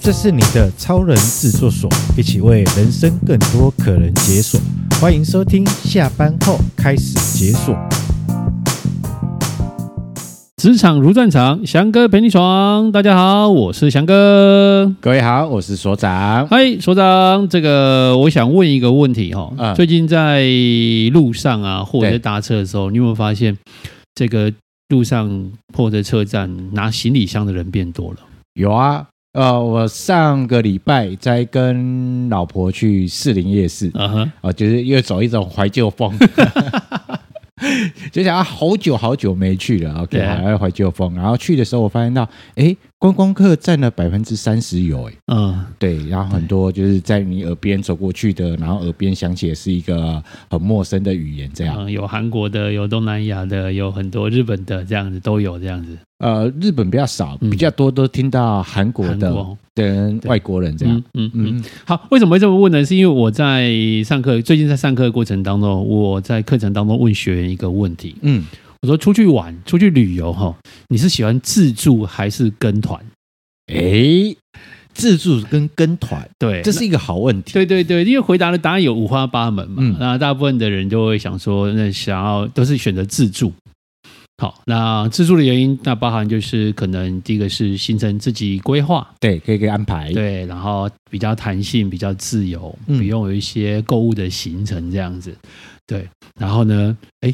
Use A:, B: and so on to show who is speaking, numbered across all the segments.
A: 这是你的超人制作所，一起为人生更多可能解锁。欢迎收听，下班后开始解锁。
B: 职场如战场，翔哥陪你闯。大家好，我是翔哥。
A: 各位好，我是所长。
B: 嗨，所长，这个我想问一个问题哈、
A: 嗯
B: 最近在路上啊，或者
A: 对
B: 在搭车的时候，你有没有发现这个路上或者车站拿行李箱的人变多了？
A: 有啊，呃，我上个礼拜在跟老婆去士林夜市，
B: 啊哈，
A: 哦，就是又走一种怀旧风，就想啊，好久好久没去了，OK，
B: 对啊
A: 还有怀旧风。然后去的时候，我发现到，哎，观光客占了百分之三十有，哎，
B: 嗯，
A: 对，然后很多就是在你耳边走过去的，然后耳边响起的是一个很陌生的语言，这样。
B: 嗯，有韩国的，有东南亚的，有很多日本的，这样子都有这样子。
A: 呃，日本比较少，
B: 嗯
A: 比较多都听到韩国
B: 韩
A: 的
B: 国，
A: 跟外国人这样
B: 嗯。嗯嗯。
A: 嗯
B: 好，为什么会这么问呢？是因为我在上课，最近在上课的过程当中，我在课程当中问学员一个问题，
A: 嗯，
B: 我说出去玩、出去旅游哈，你是喜欢自助还是跟团？
A: 哎，自助跟跟团，
B: 对，
A: 这是一个好问题。
B: 对对对，因为回答的答案有五花八门嘛，
A: 嗯
B: 那大部分的人就会想说，那想要都是选择自助。好，那自助的原因，那包含就是可能第一个是行程自己规划，
A: 对，可以给安排。
B: 对，然后比较弹性，比较自由，
A: 嗯
B: 不用有一些购物的行程这样子。对，然后呢，哎，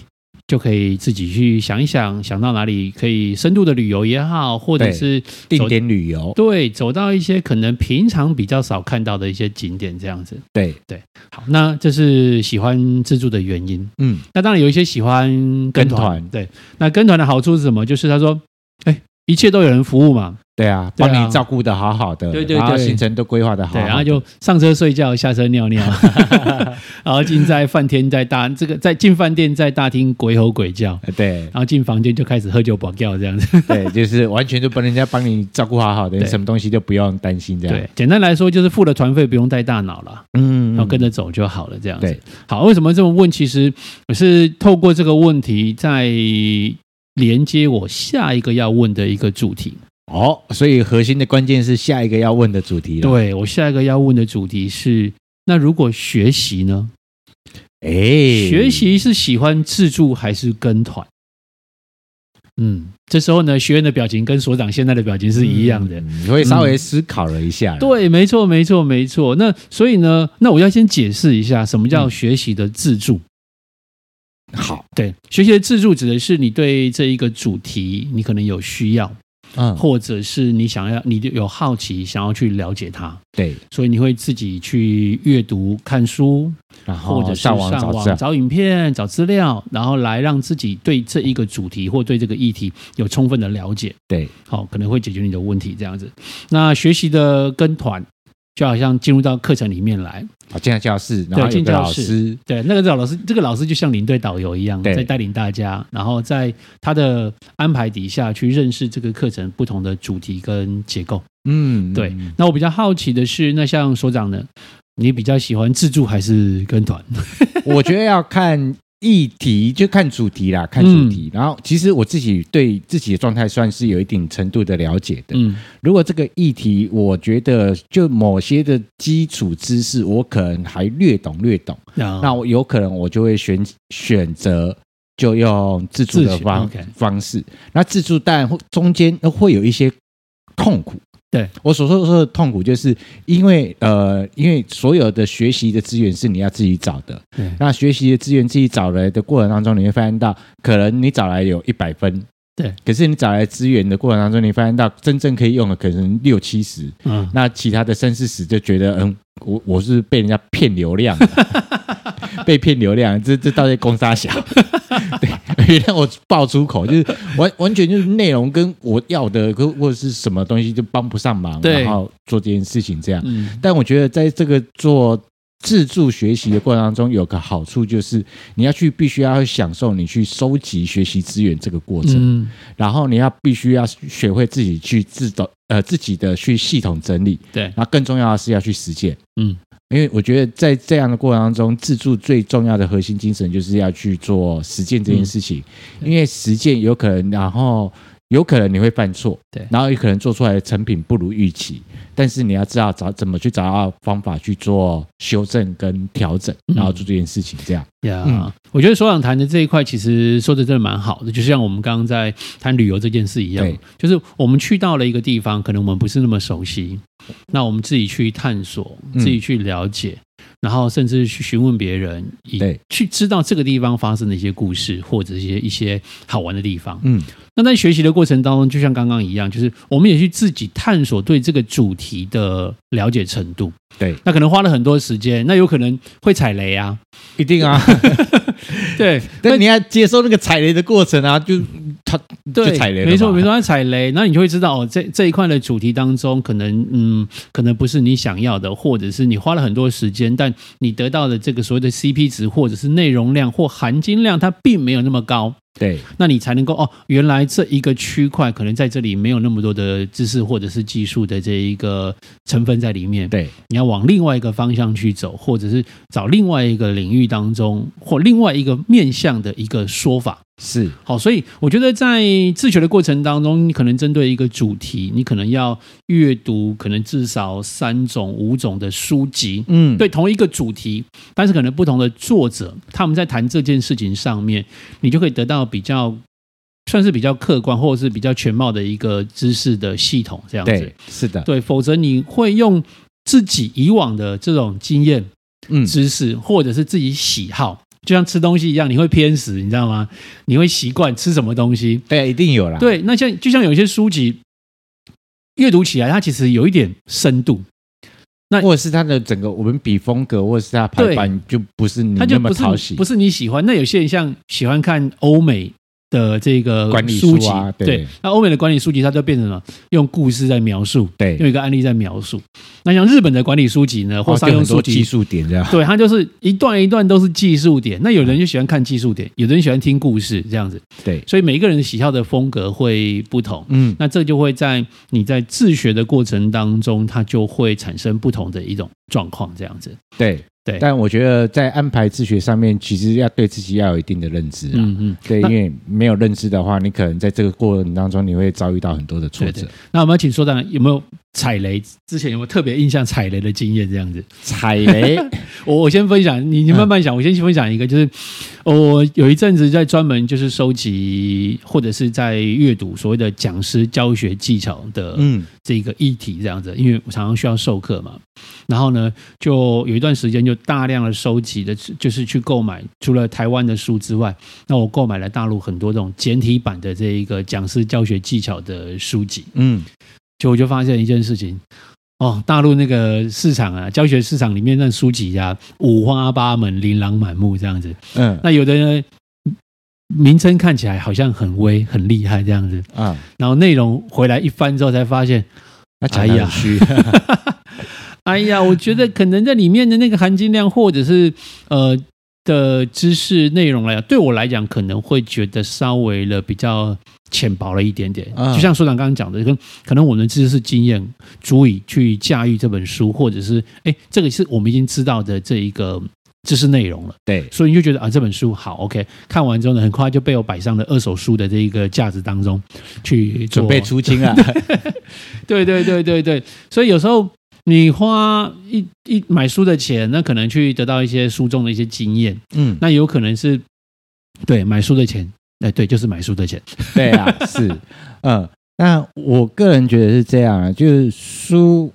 B: 就可以自己去想一想，想到哪里可以深度的旅游也好，或者
A: 对
B: 是
A: 定
B: 走
A: 点旅游，
B: 对走到一些可能平常比较少看到的一些景点这样子。
A: 对，
B: 好，那这是喜欢自助的原因。
A: 嗯，
B: 那当然有一些喜欢跟
A: 跟
B: 团，
A: 团
B: 对，那跟团的好处是什么？就是他说，哎，一切都有人服务嘛，
A: 对啊，
B: 对
A: 帮
B: 啊
A: 你照顾的好好的，
B: 对对
A: 然后
B: 对
A: 行程都规划的好好
B: 对，
A: 的，
B: 然后就上车睡觉，下车 尿尿，然后进在饭店在大这个 在进饭店在大厅鬼吼鬼叫，
A: 呃对
B: 然后进房间就开始喝酒保掉这样子。
A: 对，就是完全就帮人家帮你照顾好好的，
B: 对
A: 什么东西都不用担心这样。
B: 对，简单来说就是付了团费不用带大脑了，
A: 嗯，嗯，
B: 然后跟着走就好了这样子。
A: 对，
B: 好，为什么这么问？其实我是透过这个问题在连接我下一个要问的一个主题。
A: 哦，所以核心的关键是下一个要问的主题了。
B: 对我下一个要问的主题是。那如果学习呢？
A: 对，哎、
B: 学习
A: 嗯
B: 是喜欢自助还是跟团？嗯，这时候呢，学员的表情跟所长现在的表情是一样的。
A: 嗯，你会稍微思考了一下。，
B: 对，没错，没错，没错。那所以呢，那我要先解释一下什么
A: 嗯
B: 叫学习的自助。
A: 好，
B: 对，学习的自助指的是你对这一个主题，你可能有需要，
A: 嗯，
B: 或者是你想要，你有好奇，想要去了解它，
A: 对，
B: 所以你会自己去阅读、看书，
A: 然后
B: 或者是
A: 哦上
B: 上
A: 网找
B: 网
A: 资料。
B: 找影片、找资料，然后来让自己对这一个主题或对这个议题有充分的了解，
A: 对，
B: 好、可能会解决你的问题。这样子，那学习的跟团就好像进入到课程里面来，
A: 好，进到教室，然后有
B: 进
A: 个
B: 教
A: 老
B: 室
A: 师，
B: 对，那个老师，这个老师就像领队导游一样，
A: 对
B: 在带领大家，然后在他的安排底下去认识这个课程不同的主题跟结构。
A: 嗯，
B: 对，那我比较好奇的是，那像所长呢，你比较喜欢自助还是跟团？
A: 我觉得要看议题，就看主题
B: 嗯
A: 啦，看主题。然后，其实我自己对自己的状态算是有一定程度的了解的。
B: 嗯
A: 如果这个议题，我觉得就某些的基础知识，我可能还略懂略懂，
B: 啊
A: 那我有可能我就会选选择。就用自助的
B: 自学
A: 方
B: OK
A: 方式，那自助当然会中间呃会有一些痛苦。
B: 对
A: 我所说说的痛苦，就是因为呃，因为所有的学习的资源是你要自己找的，
B: 对
A: 那学习的资源自己找来的过程当中，你会发现到，可能你找来有一百分，
B: 对，
A: 可是你找来资源的过程当中，你发现到真正可以用的可能六七十，
B: 嗯，
A: 那其他的三四十就觉得，嗯，我我是被人家骗流 量的，被骗流量，这这到底公杀小？ 对，让我爆出口，就是完完全就是内容跟我要的，或或者是什么东西就帮不上忙，
B: 对
A: 然后做这件事情这样。
B: 嗯
A: 但我觉得在这个做自助学习的过程当中，有个好处就是你要去必须要享受你去收集学习资源这个过程，
B: 嗯，
A: 然后你要必须要学会自己去自动呃自己的去系统整理，
B: 对，
A: 然后更重要的是要去实践。
B: 嗯，
A: 因为我觉得在这样的过程当中，自助最重要的核心精神就是要去做实践这件事情，
B: 嗯
A: 因为实践有可能，然后有可能你会犯错，
B: 对
A: 然后有可能做出来的成品不如预期，但是你要知道找怎么去找到方法去做修正跟调整，
B: 嗯
A: 然后做这件事情，这样
B: 呀、
A: 嗯
B: 我觉得所长谈的这一块，其实说的真的蛮好的，就像我们刚刚在谈旅游这件事一样
A: 对，
B: 就是我们去到了一个地方，可能我们不是那么熟悉，那我们自己去探索，
A: 嗯
B: 自己去了解，然后甚至去询问别人，以
A: 对
B: 去知道这个地方发生的一些故事，或者一些一些好玩的地方。
A: 嗯，
B: 那在学习的过程当中，就像刚刚一样，就是我们也去自己探索对这个主题的了解程度。
A: 对，
B: 那可能花了很多时间，那有可能会踩雷啊。
A: 一定啊。
B: 对，
A: 但你要接受那个踩雷的过程啊，就他
B: 对，
A: 就踩雷了嘛
B: 没错没错，它踩雷，那你就会知道哦，这这一块的主题当中，可能嗯，可能不是你想要的，或者是你花了很多时间，但你得到的这个所谓的 CP 值，或者是内容量或含金量，它并没有那么高，
A: 对
B: 那你才能够哦，原来这一个区块可能在这里没有那么多的知识或者是技术的这一个成分在里面，
A: 对
B: 你要往另外一个方向去走，或者是找另外一个领域当中或另外一个面向的一个说法。
A: 是，
B: 好，所以我觉得在自学的过程当中，你可能针对一个主题，你可能要阅读可能至少三种、五种的书籍，
A: 嗯，
B: 对同一个主题，但是可能不同的作者，他们在谈这件事情上面，你就可以得到比较算是比较客观或者是比较全貌的一个知识的系统，这样子。
A: 对是的，
B: 对，否则你会用自己以往的这种经验、
A: 嗯，
B: 知识，或者是自己喜好，就像吃东西一样，你会偏食，你知道吗？你会习惯吃什么东西。
A: 对，一定有啦。
B: 对，那像就像有一些书籍阅读起来，它其实有一点深度，哎
A: 或者是他的整个文笔风格，或者是他排版就不是你
B: 它就
A: 那么
B: 不
A: 讨
B: 是
A: 喜，
B: 不是你喜欢。那有些人像喜欢看欧美。的这个
A: 管理
B: 书
A: 书
B: 籍，
A: 啊对
B: 对，那欧美的管理书籍，它就变成了用故事在描述，用
A: 对，哦
B: 一个案例在描述。那像日本的管理书籍呢，或
A: 哦就
B: 商用
A: 很
B: 书
A: 多
B: 籍，
A: 技术点这样。
B: 对，它就是一段一段都是技术点。那有人就喜欢看技术点，有的人喜欢听故事这样子，
A: 对，
B: 所以每一个人喜好的风格会不同。
A: 嗯，
B: 那这就会在你在自学的过程当中，它就会产生不同的一种状况，这样子。
A: 对
B: 对
A: 但我觉得在安排自学上面，其实要对自己要有一定的认知啊。
B: 嗯嗯。
A: 对，
B: 那
A: 因为没有认知的话，你可能在这个过程当中，你会遭遇到很多的挫
B: 对
A: 折
B: 对。那我们要请说长有没有踩雷？之前有没有特别印象踩雷的经验？这样子，
A: 踩 雷，
B: 我我先分享，你你慢慢想，我先分享一个，就是哦我有一阵子在专门就是收集或者是在阅读所谓的讲师教学技巧的
A: 嗯，
B: 这个议题这样子，因为我常常需要授课嘛。然后呢，就有一段时间就大量的收集的，就是去购买除了台湾的书之外，那我购买了大陆很多这种简体版的这一个讲师教学技巧的书籍。
A: 嗯，
B: 就我就发现一件事情，哦，大陆那个市场啊，教学市场里面那书籍啊，五花八门、琳琅满目这样子。
A: 嗯，
B: 那有的人名称看起来好像很威、很厉害这样子，
A: 啊，
B: 然后内容回来一翻之后才发现。
A: 那
B: 哎
A: 讲
B: 呀
A: 得很 虚，
B: 哎呀，我觉得可能在里面的那个含金量，或者是呃的知识内容来讲，对我来讲可能会觉得稍微的比较浅薄了一点点。
A: 嗯
B: 就像所长刚刚讲的，跟可能我们的知识经验足以去驾驭这本书，或者是哎，这个是我们已经知道的这一个知识内容了。
A: 对，
B: 所以你就觉得啊，这本书好，OK，看完之后呢，很快就被我摆上了二手书的这一个架子当中去做
A: 准备出清 啊，
B: 对对对对对，所以有时候你花一一买书的钱，那可能去得到一些书中的一些经验，
A: 嗯，
B: 那有可能是对买书的钱，哎，对，就是买书的钱，
A: 对啊，是，嗯，那我个人觉得是这样啊，就是书，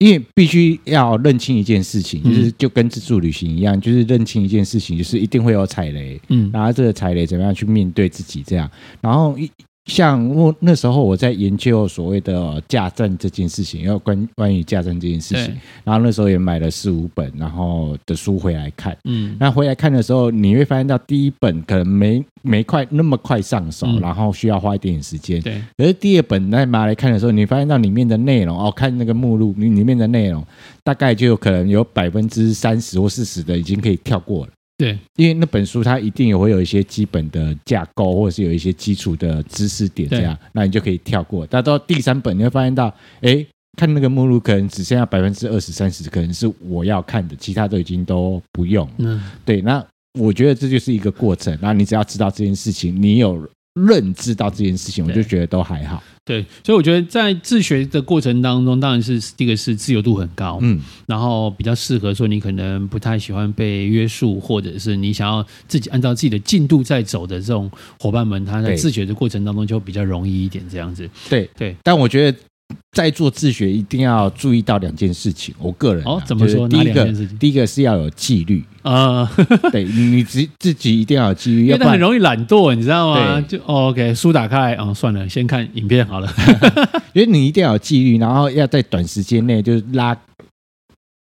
A: 因为必须要认清一件事情，
B: 嗯
A: 就是就跟自助旅行一样，就是认清一件事情，就是一定会有踩雷，
B: 嗯
A: 然后这个踩雷怎么样去面对自己这样，然后一。像我那时候我在研究所谓的呃架站这件事情，要关关于架站这件事情
B: 对，
A: 然后那时候也买了四五本，然后的书回来看，
B: 嗯
A: 那回来看的时候，你会发现到第一本可能没没快那么快上手，
B: 嗯
A: 然后需要花一点点时间。
B: 对，
A: 可是第二本在拿来看的时候，你发现到里面的内容哦，看那个目录里里面的内容，大概就有可能有百分之三十或四十的已经可以跳过了。
B: 对，
A: 因为那本书它一定也会有一些基本的架构，或者是有一些基础的知识点这样，那你就可以跳过。但到第三本你会发现到，哎，看那个目录可能只剩下百分之二十、三十，可能是我要看的，其他都已经都不用了。
B: 嗯
A: 对，那我觉得这就是一个过程。那你只要知道这件事情，你有认知到这件事情，我
B: 对
A: 就觉得都还好。
B: 对，所以我觉得在自学的过程当中，当然是第一个是自由度很高，
A: 嗯，
B: 然后比较适合说你可能不太喜欢被约束，或者是你想要自己按照自己的进度在走的这种伙伴们，他在
A: 对
B: 自学的过程当中就比较容易一点这样子。
A: 对
B: 对。
A: 但我觉得在做自学一定要注意到两件事情，我个人、啊、
B: 哦怎么说
A: 就是第一
B: 哪两件事
A: 个
B: 情，
A: 第一个是要有纪 律，
B: 呃，
A: 对你你自自己一定要有纪律，
B: 因
A: 要
B: 为
A: 不
B: 他很
A: 然
B: 容易懒惰，你知道吗？
A: 对
B: 就、哦 OK，书打开，哦，算了，先看影片好了。
A: 因为你一定要有纪律，然后要在短时间内就是拉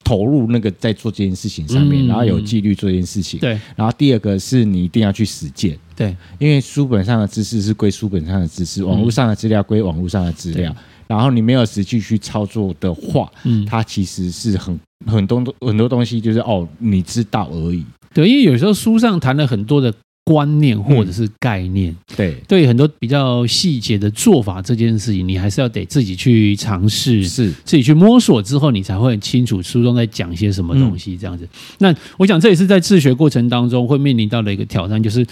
A: 投入那个在做这件事情上面，
B: 嗯
A: 然后有纪律做这件事情。
B: 对
A: 然后第二个是你一定要去实践，
B: 对
A: 因为书本上的知识是归书本上的知识，网络上的资料归网络上的资料。然后你没有实际去操作的话，
B: 嗯
A: 它其实是很很多很多东西就是哦，你知道而已。
B: 对，因为有时候书上谈了很多的观念或者是概念，
A: 对，
B: 对很多比较细节的做法这件事情，你还是要得自己去尝试，
A: 是
B: 自己去摸索之后，你才会很清楚书中在讲些什么东西。这样子，那我想这也是在自学过程当中会面临到的一个挑战，就是。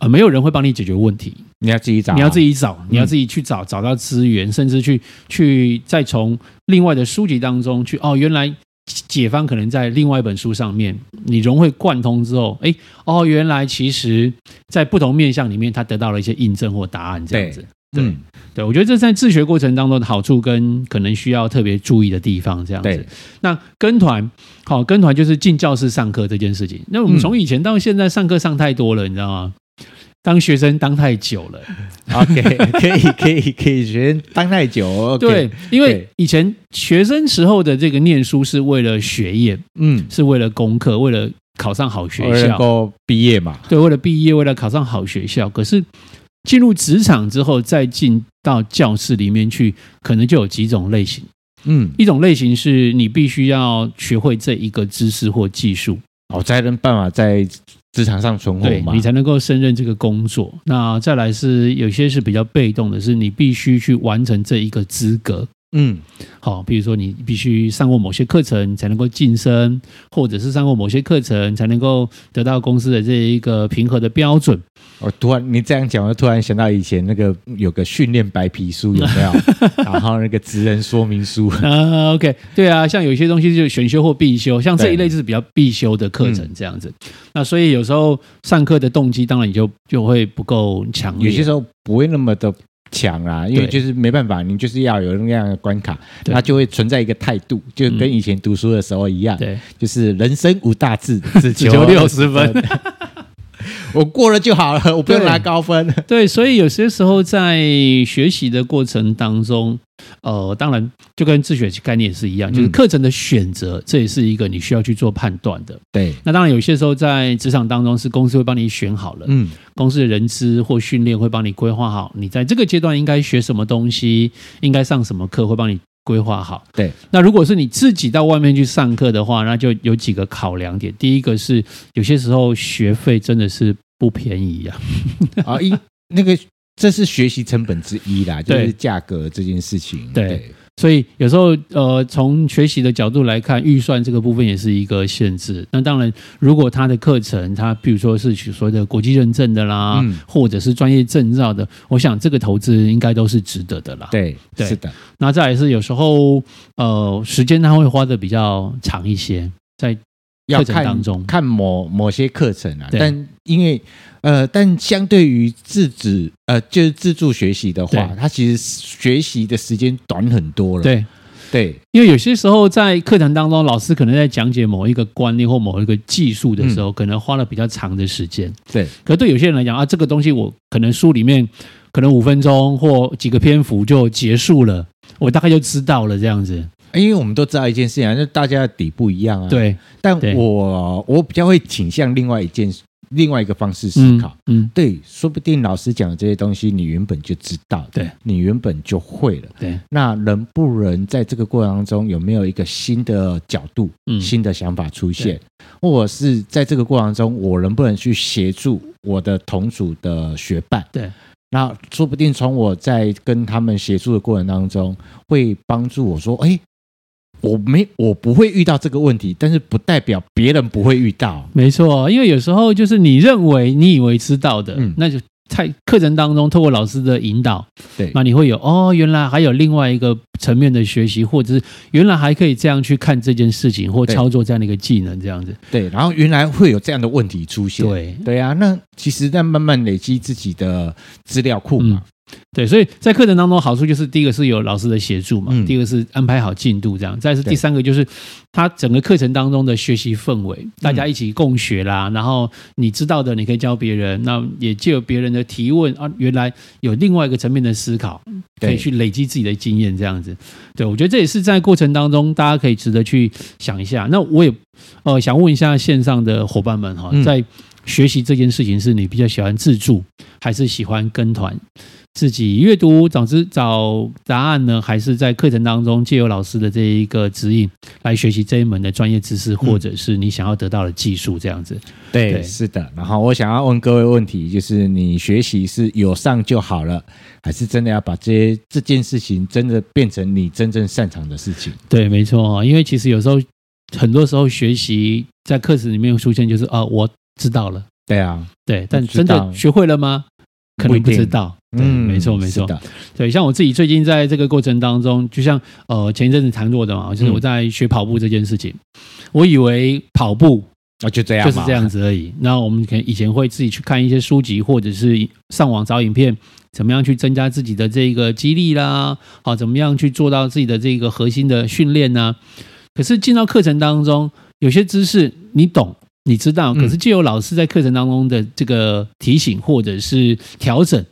B: 呃，没有人会帮你解决问题，
A: 你要自己找啊，
B: 你要自己找，你要自己去找，找到资源，甚至去去再从另外的书籍当中去哦，原来解方可能在另外一本书上面，你融会贯通之后，哎，哦，原来其实在不同面向里面，他得到了一些印证或答案，这样子。
A: 嗯，
B: 对，我觉得这在自学过程当中的好处跟可能需要特别注意的地方，这样子
A: 对。
B: 那跟团，好、跟团就是进教室上课这件事情。那我们从以前到现在上课上太多了，你知道吗？当学生当太久了，
A: ，OK，可 以可以可以，学生当太久，OK，
B: 对，因 为
A: 对
B: 以前学生时候的这个念书是为了学业，
A: 嗯，
B: 是为了功课，为了考上好学
A: 我能
B: 校，
A: 够毕业嘛，
B: 对，为了毕业，为了考上好学校。可是进入职场之后，再进到教室里面去，可能就有几种类型。
A: 嗯，
B: 一种类型是你必须要学会这一个知识或技术，
A: 我才能办法哦在职场上存活
B: 对
A: 嘛
B: 你，才能够胜任这个工作。那再来是有些是比较被动的，是你必须去完成这一个资格。
A: 嗯，
B: 好，比如说你必须上过某些课程，你才能够晋升，或者是上过某些课程才能够得到公司的这一个平和的标准。
A: 我突然你这样讲，我突然想到以前那个有个训练白皮书有 没有？然后那个职人说明书，
B: 啊、o k 对啊，像有些东西就是选修或必修，像这一类就是比较必修的课程
A: 嗯
B: 这样子。那所以有时候上课的动机当然你就就会不够强烈，
A: 有些时候不会那么的强啦，因为
B: 对
A: 就是没办法，你就是要有那样的关卡，
B: 对
A: 那就会存在一个态度，就跟以前读书的时候一样，
B: 嗯对
A: 就是人生无大志，只
B: 只求60分。
A: 我过了就好了，我不用
B: 对
A: 拿高分。
B: 对，所以有些时候在学习的过程当中，呃，当然就跟自学概念是一样，就是
A: 嗯
B: 课程的选择，这也是一个你需要去做判断的。
A: 对，
B: 那当然，有些时候在职场当中是公司会帮你选好了，
A: 嗯，
B: 公司的人资或训练会帮你规划好，你在这个阶段应该学什么东西，应该上什么课，会帮你规划好。
A: 对，
B: 那如果是你自己到外面去上课的话，那就有几个考量点。第一个是有些时候学费真的是不便宜呀、
A: 啊，一那个这是学习成本之一啦，就
B: 对
A: 是价格这件事情。
B: 对所以有时候，呃，从学习的角度来看，预算这个部分也是一个限制。那当然，如果他的课程，他比如说是取所谓的国际认证的啦，
A: 嗯
B: 或者是专业证照的，我想这个投资应该都是值得的啦。，
A: 对
B: 对
A: 是的，
B: 那再来是有时候，呃，时间他会花的比较长一些，在
A: 要
B: 课程
A: 看
B: 当中
A: 看某某些课程啊，
B: 对
A: 但因为呃，但相对于自主呃，就是自助学习的话
B: 对，
A: 它其实学习的时间短很多了。
B: 对，
A: 对
B: 因为有些时候在课堂当中，老师可能在讲解某一个观念或某一个技术的时候，可能花了比较长的时间。
A: 对
B: 可对有些人来讲啊，这个东西我可能书里面可能五分钟或几个篇幅就结束了，我大概就知道了这样子。
A: 因为我们都知道一件事情啊，就大家的底不一样啊。，
B: 对，
A: 但
B: 对
A: 我我比较会倾向另外一件另外一个方式思
B: 嗯
A: 考。，
B: 嗯，
A: 对，说不定老师讲的这些东西，你原本就知道，
B: 对，
A: 你原本就会了。
B: 对，
A: 那能不能在这个过程当中有没有一个新的角度、
B: 嗯
A: 新的想法出现，或者是在这个过程中，我能不能去协助我的同组的学伴？
B: 对，
A: 那说不定从我在跟他们协助的过程当中，会帮助我说，哎，我没我不会遇到这个问题，但是不代表别人不会遇到。
B: 没错，因为有时候就是你认为你以为知道的，
A: 嗯
B: 那就在课程当中，透过老师的引导，
A: 对
B: 那你会有哦，原来还有另外一个层面的学习，或者是原来还可以这样去看这件事情，或
A: 对
B: 操作这样的一个技能，这样子。
A: 对，然后原来会有这样的问题出现，
B: 对
A: 对啊，那其实在慢慢累积自己的资料库嘛，
B: 嗯对，所以在课程当中好处就是，第一个是有老师的协助嘛，
A: 嗯
B: 第二个是安排好进度这样，再是
A: 对
B: 第三个就是他整个课程当中的学习氛围，大
A: 嗯
B: 家一起共学啦，然后你知道的你可以教别人，那也借由别人的提问啊，原来有另外一个层面的思考，可以
A: 对
B: 去累积自己的经验这样子。对，我觉得这也是在过程当中大家可以值得去想一下。那我也呃想问一下线上的伙伴们哈，
A: 嗯
B: 在学习这件事情，是你比较喜欢自助，还是喜欢跟团？自己阅读找知找答案呢，还是在课程当中借由老师的这一个指引来学习这一门的专业知识，
A: 嗯
B: 或者是你想要得到的技术这样子？
A: 对，
B: 对
A: 是的。然后我想要问各位问题，就是你学习是有上就好了，还是真的要把这些这件事情真的变成你真正擅长的事情？
B: 对，没错哦，因为其实有时候很多时候学习在课程里面出现就是啊，我知道了，
A: 对啊，
B: 对，但
A: 知
B: 真
A: 道
B: 的学会了吗？可
A: 不
B: 能
A: 一
B: 不知
A: 定
B: 道，对，
A: 嗯，
B: 没错，没
A: 是
B: 错，
A: 的，
B: 对，像我自己最近在这个过程当中，就像呃前一阵子谈过的嘛，
A: 嗯
B: 就是我在学跑步这件事情，我以为跑步
A: 那哦就这样，
B: 就是这样。子而已。那我们可能以前会自己去看一些书籍，或者是上网找影片，怎么样去增加自己的这个肌力啦，好，怎么样去做到自己的这个核心的训练呢、可是进到课程当中，有些知识你懂。你知道，可是借由老师在课程当中的这个提醒或者是调整，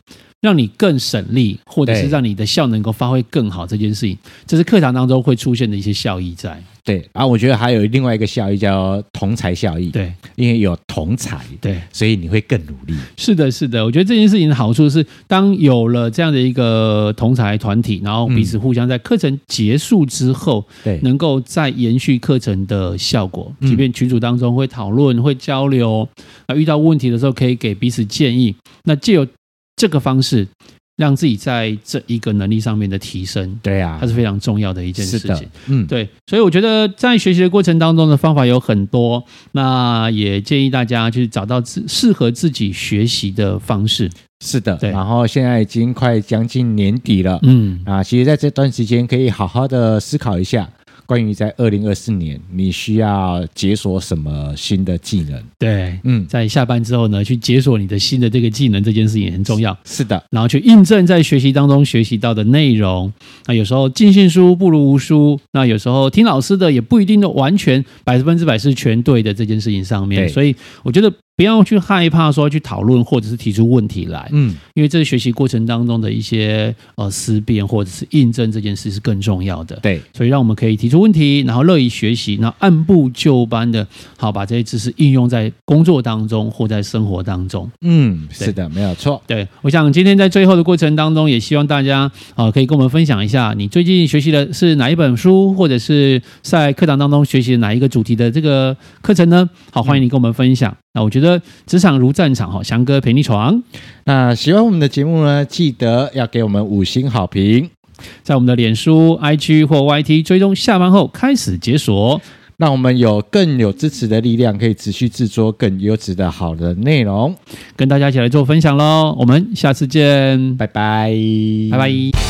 B: 让你更省力，或者是
A: 对
B: 让你的效能够发挥更好，这件事情，这是课堂当中会出现的一些效益在。
A: 对，然后我觉得还有另外一个效益叫同才效益，，
B: 对
A: 因为有同才，
B: 对，
A: 所以你会更努力。
B: 是的，是的，我觉得这件事情的好处是，当有了这样的一个同才团体，然后彼此互相在课程结束之后，
A: 对，
B: 能够再延续课程的效果。
A: 嗯
B: 即便群组当中会讨论、会交流，啊，遇到问题的时候可以给彼此建议。那借由这个方式，让自己在这一个能力上面的提升，
A: 对啊
B: 它，是非常重要的一件事
A: 是
B: 情
A: 的。，嗯，
B: 对，所以我觉得在学习的过程当中的方法有很多，那也建议大家去找到自适合自己学习的方式。
A: 是的。
B: 对
A: 然后现在已经快将近年底了，
B: 嗯，
A: 啊，其实在这段时间可以好好的思考一下，关于在二零二四年你需要解锁什么新的技能。
B: 对，
A: 嗯，
B: 在下班之后呢，去解锁你的新的这个技能，这件事情也很重要。
A: 是的，
B: 然后去印证在学习当中学习到的内容。那有时候尽信书不如无书，那有时候听老师的也不一定都完全百分之百是全对的这件事情上面。
A: 对
B: 所以我觉得不要去害怕说去讨论或者是提出问题来。
A: 嗯，
B: 因为这个学习过程当中的一些呃思辨或者是印证这件事是更重要的。
A: 对，
B: 所以让我们可以提出问题，然后乐于学习，然后按部就班的，好把这些知识应用在工作当中或在生活当中。
A: 嗯，是的，没有错。
B: 对，我想今天在最后的过程当中，也希望大家啊、呃可以跟我们分享一下，你最近学习的是哪一本书，或者是在课堂当中学习的哪一个主题的这个课程呢？好，欢迎你跟我们分享。那我觉得职场如战场哈，翔哥陪你闯。
A: 那喜欢我们的节目呢，记得要给我们五星好评。
B: 在我们的脸书、IG 或 YT 追踪下班后开始解锁。
A: 让我们有更有支持的力量，可以持续制作更优质的好的内容。
B: 跟大家一起来做分享喽。我们下次见，
A: 拜拜，
B: 拜拜